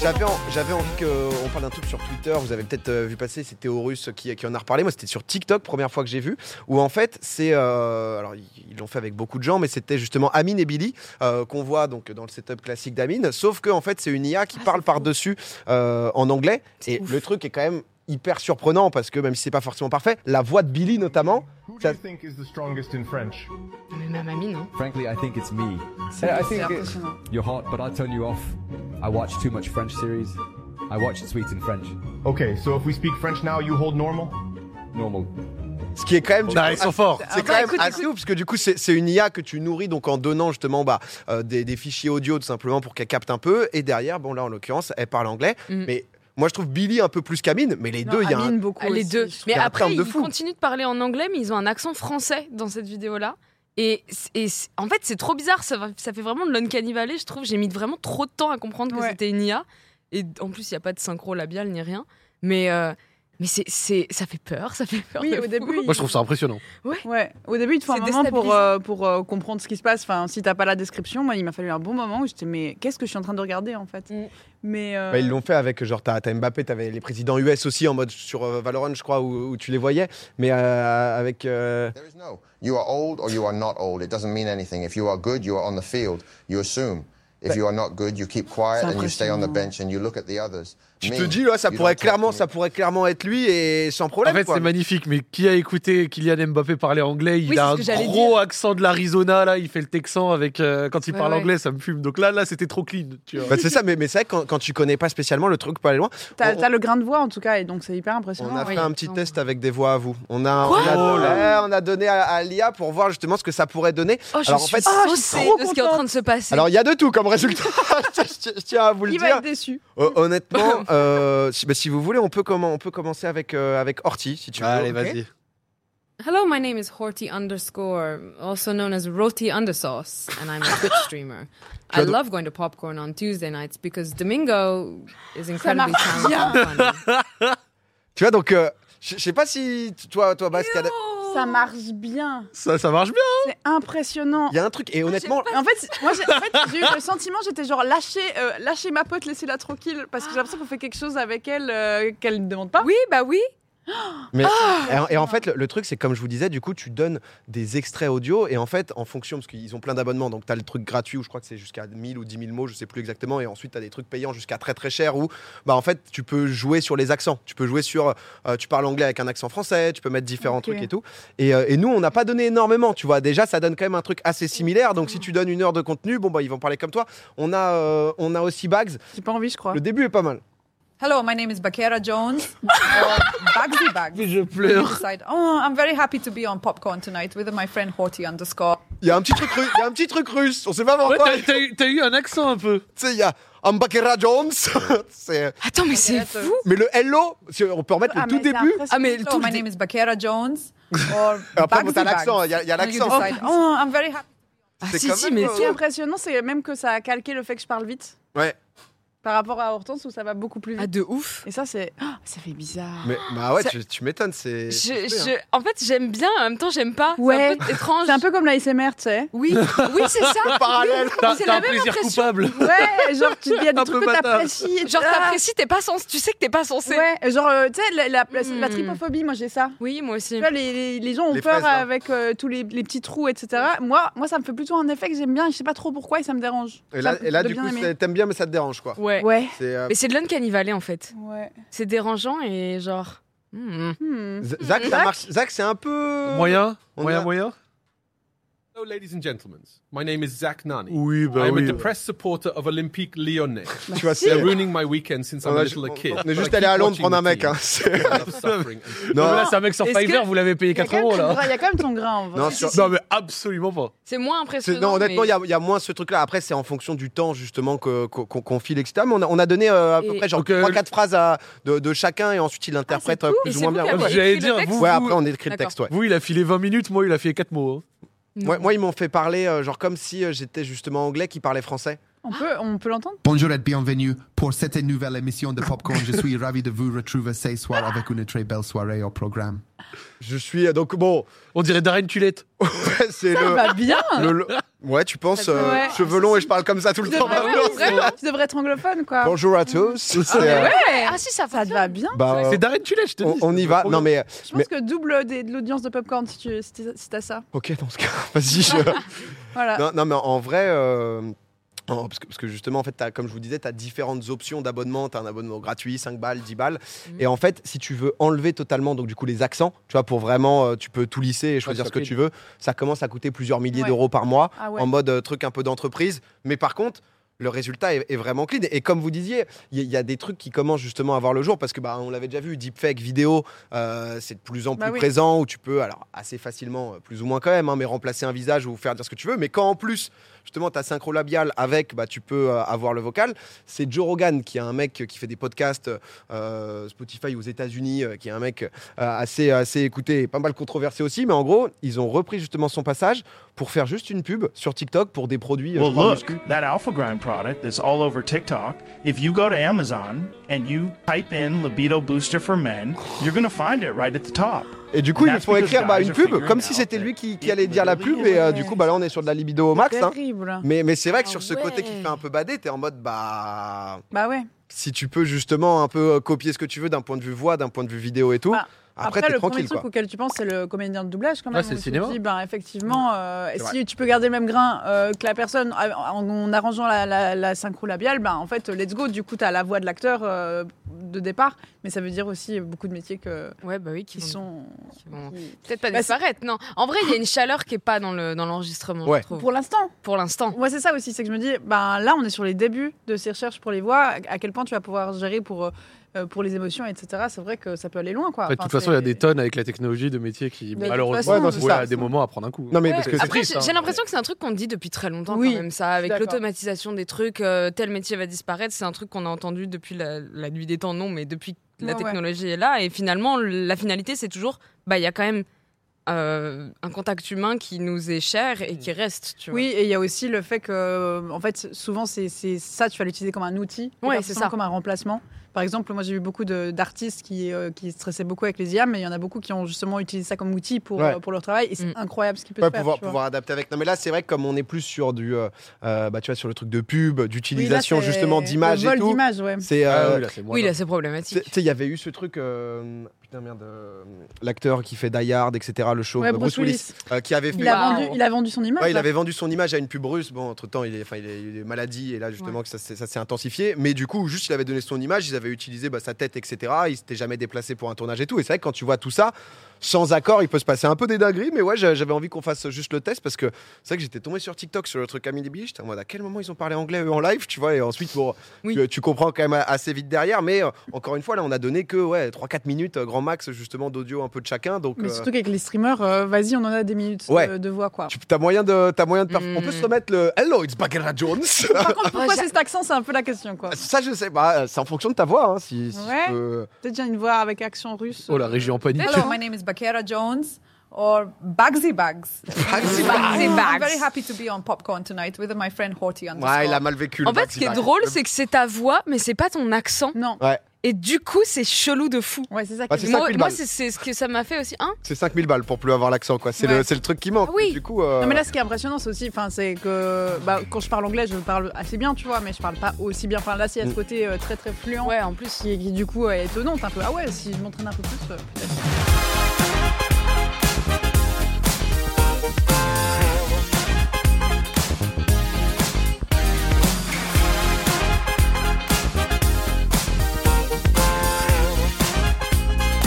J'avais en- j'avais envie qu'on parle d'un truc sur Twitter. Vous avez peut-être euh, vu passer, c'était Horus qui, qui en a reparlé. Moi, c'était sur TikTok, première fois que j'ai vu. Où en fait, c'est. euh, alors, ils ils l'ont fait avec beaucoup de gens, mais c'était justement Amine et Billy euh, qu'on voit donc dans le setup classique d'Amine. Sauf que, en fait, c'est une IA qui parle par-dessus euh, en anglais. Et le truc est quand même hyper surprenant parce que, même si c'est pas forcément parfait, la voix de Billy notamment. Who do Ça- you think is the strongest in French? Mais même Amine, non Frankly, I think it's me. I think it, you're hot, but I'll turn you off. I watch too much French series. I watch it sweet in French. Okay, so if we speak French now, you hold normal? Normal. Ce qui est quand même. du Ah, coup, ils sont forts. C'est quand même assez ouf parce que du coup c'est c'est une IA que tu nourris donc en donnant justement bah, euh, des, des fichiers audio tout simplement pour qu'elle capte un peu et derrière bon là en l'occurrence elle parle anglais Mm. mais moi je trouve Billy un peu plus qu'Amine mais les Non, deux il y a un... Amine, beaucoup Ah, les aussi, deux. je trouve. Mais qu'il y a un après, terme de ils fou. continuent de parler en anglais, mais ils ont un accent français dans cette vidéo-là. Et, c- et c- en fait, c'est trop bizarre. Ça, va- ça fait vraiment de l'uncanny valley, je trouve. J'ai mis vraiment trop de temps à comprendre que Ouais. c'était une IA. Et en plus, il n'y a pas de synchro labial ni rien. Mais, euh, mais c'est, c'est- ça fait peur. Ça fait peur. Oui, de au fou. début, il- Moi, je trouve ça impressionnant. Ouais, au début, il te faut un C'est moment pour, déstabilisant. euh, pour euh, comprendre ce qui se passe. Enfin, si t'as pas la description, moi, il m'a fallu un bon moment où j'étais, mais qu'est-ce que je suis en train de regarder en fait Mm. Mais euh, Bah, ils l'ont fait avec genre t'as t'as Mbappé t'avais les présidents US aussi en mode sur euh, Valorant je crois où, où tu les voyais mais euh, avec euh, There is no. You are old or you are not old. It doesn't mean anything. If you are good, you are on the field. You assume. If you are not good, you keep quiet and you stay on the bench and you look at the others. je Me, te dis là ça you pourrait don't talk to clairement me. ça pourrait clairement être lui et sans En problème fait, quoi. c'est magnifique, mais qui a écouté Kylian Mbappé parler anglais Il Oui, a c'est un ce que j'allais gros accent de l'Arizona, là, il fait le texan avec. euh, quand il Ouais, parle ouais. anglais, ça me fume. Donc là, là c'était trop clean. Tu vois. Bah, c'est ça mais, mais c'est vrai que quand, quand tu connais pas spécialement le truc peut aller loin t'as on- t'as le grain de voix en tout cas, et donc c'est hyper On impressionnant. a oui. fait un petit Non. test avec des voix à vous. On a, Quoi on a, Oh là. Ouais, on a donné à, à l'IA pour voir justement ce que ça pourrait donner. Oh, je Alors, en suis fait- Ah, je suis saucée trop de ce qui est en train de se passer. Alors il y a de tout comme résultat. je, tiens- je tiens à vous le Il va dire. être déçu. Euh, honnêtement, euh, si, bah, si vous voulez, on peut, comment, on peut commencer avec, euh, avec Horty, si tu veux. Allez, ok vas-y. Hello, my name is Horty underscore, also known as Roti Undersauce, and I'm a Twitch streamer. I Claude- love going to popcorn on Tuesday nights because Domingo is incredibly talented and funny. Tu vois, donc, euh, je je sais pas si tu- toi, toi Bas, il y a- Ça marche bien. Ça, ça marche bien. C'est impressionnant. il y a un truc. Et honnêtement, En fait, c'est- moi, j'ai en fait, j'ai eu le sentiment, j'étais genre lâcher, lâcher ma pote, laissez-la tranquille, parce que j'ai l'impression qu'on fait quelque chose avec elle euh, qu'elle ne demande pas. Oui, Eh bah oui. Mais, et en- et, en fait, le, le truc, c'est comme je vous disais, du coup, tu donnes des extraits audio et en fait, en fonction, parce qu'ils ont plein d'abonnements, donc tu as le truc gratuit où je crois que c'est jusqu'à 1000 ou 10 000 mots, je sais plus exactement, et ensuite tu as des trucs payants jusqu'à très très cher où, bah en fait, tu peux jouer sur les accents. Tu peux jouer sur. euh, tu parles anglais avec un accent français, tu peux mettre différents Ok. trucs et tout. Et, euh, et nous, on n'a pas donné énormément, tu vois. Déjà, ça donne quand même un truc assez similaire, donc si tu donnes une heure de contenu, bon, bah ils vont parler comme toi. On a, euh, on a aussi Bags, J'ai pas envie, je crois. le début est pas mal. Hello, my name is Bakera Jones. or Bagsy Bags. Je pleure. Side. Oh, I'm very happy to be on Popcorn tonight with my friend Horty underscore. Il y a un petit truc russe, il y a un petit truc russe, on sait pas pourquoi. t'as, t'as eu- t'as eu un accent un peu. Tu sais, il y a Ambakera Jones. c'est- Attends, mais c'est Modérateur. fou. mais le hello, si on peut remettre le Ah, tout mais c'est début. impressionnant. Ah, mais Hello, tout my le name is Bakera Jones. Or Après, bon, Bagsy t'as Bags. l'accent, il y a, il y a And you l'accent. decide, oh, I'm very happy. Ah, c'est si, quand si, même, mais euh, Ce qui est impressionnant, c'est même que ça a calqué le fait que je parle vite Ouais. par rapport à Hortense où ça va beaucoup plus Ah, vite. de ouf. Et ça, c'est. Ah, ça fait bizarre. Mais bah ouais, Ça- tu, tu m'étonnes, c'est. Je- c'est fait, hein. je- en fait, j'aime bien, en même temps, j'aime pas. C'est Ouais. un peu étrange. C'est un peu comme l'ASMR, tu sais. Oui, oui c'est ça. Parallèle. T'as, Oh, C'est t'as la un même plaisir impression. coupable. Ouais, genre, tu- il y a Un des trucs peu que bâtard. t'apprécies. et tu- Genre, Ah. t'apprécies, t'es pas sens, tu sais que t'es pas censé. Ouais, genre, euh, tu sais, la, la- la- Hmm. la tripophobie, moi j'ai ça. Oui, moi Tu aussi. vois, les, les- les gens ont Les peur fraises, hein. là. avec euh, tous les, les petits trous, etc. Moi, moi, ça me fait plutôt un effet que j'aime bien et je sais pas trop pourquoi et ça me dérange. Et Ça là, me et là, fait du bien coup, aimer. c'est- t'aimes bien, mais ça te dérange, quoi. Ouais. Ouais. C'est, euh, Mais c'est de l'uncanny en fait. Ouais. C'est dérangeant et genre. hmm. Hmm. Z- Zach, ça marche. Zach, c'est un Euh, peu. Moyen On Moyen, a- moyen Hello, ladies and gentlemen. My name is Zach Nani. Oui, bah I'm a oui. depressed supporter of Olympique Lyonnais. Tu Bah, vois, c'est. They're ruining my weekend since I'm on, a a- little on- kid. on but I est juste keep allé à Londres watching prendre un the mec. team. hein. C'est- I love suffering. Non, Là, c'est un mec sur Est-ce Fiverr, que- vous l'avez payé Il y a 4 quand même euros ton là. grain- il y a quand même ton grain en vrai. non, sur- Non, mais absolument pas. C'est moins c'est- impressionnant. non, honnêtement, il mais- y, a- il y a moins ce truc-là. Après, c'est en fonction du temps, justement, que- qu'on qu'on file, etc. Mais on a, on a donné euh, à peu Et- près genre Ok. 3-4 phrases à- de, de chacun et ensuite il interprète euh, Et plus ou moins c'est vous bien. qui Ouais, avez Ouais, écrit j'allais le dire, texte vous- Ouais, après, on écrit le texte, ouais. Vous, il a filé 20 minutes, moi, il a filé 4 mots. hein. Non. Moi, moi, ils m'ont fait parler, euh, genre comme si euh, j'étais justement anglais qui parlait français. On peut, on peut l'entendre Bonjour et bienvenue pour cette nouvelle émission de Popcorn. Je suis ravi de vous retrouver ce soir avec une très belle soirée au programme. Je suis euh, donc bon, On dirait Darren Tulette. c'est Ça le, va bien le- le- Ouais, tu penses Ça peut- euh, ouais. cheveux longs et je parle comme ça tout le Tu temps. devrais, maintenant, ouais, c'est- vraiment, tu devrais être anglophone, quoi. Bonjour à tous. Ah, C'est, mais euh, ouais. Ah si, ça Ça te va bien. bah, C'est Darren Tullet, je te on, dis. on y va. Non mais, euh, Je pense mais que double des- de l'audience de Popcorn si tu si t'as- si t'as ça. ok dans ce cas, vas-y. je- Voilà. Non, non, mais en vrai. euh, en- parce, que, parce que justement, en fait, t'as- comme je vous disais, tu as différentes options d'abonnement. Tu as un abonnement gratuit, 5 balles, 10 balles. Mm. Et en fait, si tu veux enlever totalement donc, du coup, les accents, tu vois, pour vraiment, euh, tu peux tout lisser et choisir ça ce que coûte. tu veux, ça commence à coûter plusieurs milliers Ouais. d'euros par mois Ah ouais. en mode euh, truc un peu d'entreprise. Mais par contre, le résultat est, est vraiment clean. Et comme vous disiez, il y, a- il y a des trucs qui commencent justement à voir le jour parce que bah, on l'avait déjà vu, deepfake vidéo, euh, c'est de plus en plus Bah oui. présent où tu peux, alors assez facilement, euh, plus ou moins quand même, hein, mais remplacer un visage ou faire dire ce que tu veux. Mais quand en plus, justement, tu as synchro labial avec, bah, tu peux euh, avoir le vocal. C'est Joe Rogan qui est un mec qui fait des podcasts euh, Spotify aux États-Unis, euh, qui est un mec euh, assez, assez écouté et pas mal controversé aussi. Mais en gros, ils ont repris justement son passage pour faire juste une pub sur TikTok pour des produits. euh, je crois, muscu. that Alpha Grind product that's all over TikTok, if you go to Amazon and you type in libido booster for men, you're going to find it right at the top. Et du coup, ils And me that's font because écrire bah, guys une are pub, figuring comme si out c'était that lui qui, qui it allait dire la really pub. Et euh, is du coup, bah, là, on est sur de la libido au max. hein. Terrible. Mais, mais c'est vrai que Ah sur ce côté qui ouais. fait un peu bader, t'es en mode bah. Bah ouais. Si tu peux justement un peu euh, copier ce que tu veux d'un point de vue voix, d'un point de vue vidéo et tout, Ah, après, t'es le premier tranquille truc quoi. auquel tu penses, c'est le comédien de doublage quand même. Ouais, où c'est le tu te cinéma. dis, ben, effectivement, euh, C'est si tu peux garder le même grain euh, que la personne euh, en, en arrangeant la, la- la synchro labiale, ben, en fait, let's go. Du coup, tu as la voix de l'acteur euh, de départ, mais ça veut dire aussi beaucoup de métiers que- Ouais, bah oui, qui qui sont. vont qui- peut-être pas Bah, c'est- disparaître. Non, en vrai, il y a une chaleur qui est pas dans le dans l'enregistrement, Ouais. je trouve. Pour l'instant. Pour l'instant. Moi, c'est ça aussi, c'est que je me dis, ben, là, on est sur les débuts de ces recherches pour les voix, à quel point tu vas pouvoir gérer pour, euh, pour les émotions, etc. C'est vrai que ça peut aller loin. Quoi. Après, de Enfin, toute façon, il y a c'est- des tonnes avec la technologie de métiers qui, Mais de toute malheureusement, façon, Ouais, non, c'est voués ça. à des moments à prendre un coup. Non mais Ouais. parce que c'est Après, triste, j'ai hein. j'ai l'impression que c'est un truc qu'on dit depuis très longtemps Oui, quand même ça, avec d'accord. l'automatisation des trucs, euh, tel métier va disparaître, c'est un truc qu'on a entendu depuis la, la nuit des temps, non, mais depuis que la Ouais, ouais. technologie est là, et finalement la finalité c'est toujours, bah il y a quand même euh, un contact humain qui nous est cher et qui reste, tu vois. Oui, et il y a aussi le fait que, euh, en fait, souvent, c'est c'est ça, tu vas l'utiliser comme un outil, et Ouais, pas c'est forcément ça. comme un remplacement. Par exemple, moi, j'ai vu beaucoup de- d'artistes qui, euh, qui stressaient beaucoup avec les IA, mais il y en a beaucoup qui ont justement utilisé ça comme outil pour, Ouais. euh, pour leur travail, et c'est Mm. incroyable ce qu'ils peuvent Ouais, faire. pouvoir, tu vois. pouvoir adapter avec. Non, mais là, c'est vrai que comme on est plus sur du, euh, euh, bah, tu vois, sur le truc de pub, Oui, là, d'utilisation c'est justement le d'images et vol tout. d'images, ouais. C'est, Ah euh, oui, là, c'est moins Oui, dingue. là c'est tu sais, problématique. tu sais, il y avait eu ce truc, euh, putain merde, euh, l'acteur qui fait Die Hard, etc., le show Ouais, Bruce, Bruce Willis, euh, qui avait fait. Il, a Wow. vendu, il a vendu son image. hein. Ouais, il là. avait vendu son image à une pub russe. Bon, entre temps, il, est, enfin, il a eu des maladies et là, justement, que ça, s'est- ça s'est intensifié. Mais du coup, juste, il avait donné son image, ils avaient utilisé bah, sa tête, etc. Il s'était jamais déplacé pour un tournage et tout. Et c'est vrai que quand tu vois tout ça, sans accord, il peut se passer un peu des dingueries. Mais ouais, j'a- j'avais envie qu'on fasse juste le test parce que c'est vrai que j'étais tombé sur TikTok sur le truc Amélie Billy. J'étais en mode à quel moment ils ont parlé anglais eux, en live, tu vois. Et ensuite, bon, Oui. tu, tu comprends quand même assez vite derrière. Mais euh, encore une fois, là, on a donné que ouais, 3-4 minutes, euh, grand max, justement, d'audio un peu de chacun. Donc, Mais euh, surtout qu'avec les streamers, euh, vas-y, on en a des minutes Ouais. euh, de voix, quoi. Ah. tu as moyen de, t'as moyen de perf- Mm. On peut se remettre le Hello, it's Bagheera Jones. Par contre, pourquoi j'a- c'est cet accent C'est un peu la question, quoi. Ça, je sais pas. C'est en fonction de ta voix. hein, si, si tu Ouais. peux- Peut-être qu'il y a une voix avec accent russe. Oh, la régie en panique. Hello, my name is Bakera Jones or Bugsy Bags. Bugsy Bugsy I'm Bugs. very happy to be on popcorn tonight with my friend Horty underscore. Ouais, il a mal vécu. le En fait, ce qui est Bugsy Bag. drôle, c'est que c'est ta voix, mais c'est pas ton accent. Non. Ouais, Et du coup, c'est chelou de fou. Ouais, c'est ça. Ah, qui c'est est- moi, 5000 moi, balles. c'est c'est ce que ça m'a fait aussi. Hein c'est 5000 balles pour plus avoir l'accent. quoi. C'est le, Ouais. c'est le truc qui manque. Ah oui. Du coup, euh, Non mais là ce qui est impressionnant c'est aussi, enfin c'est que bah, quand je parle anglais je parle assez bien tu vois mais je parle pas aussi bien. Enfin là c'est à ce Mm. côté euh, très très fluent Ouais, en plus. qui, qui, du coup est étonnante un peu. Ah ouais si je m'entraîne un peu plus euh, peut-être.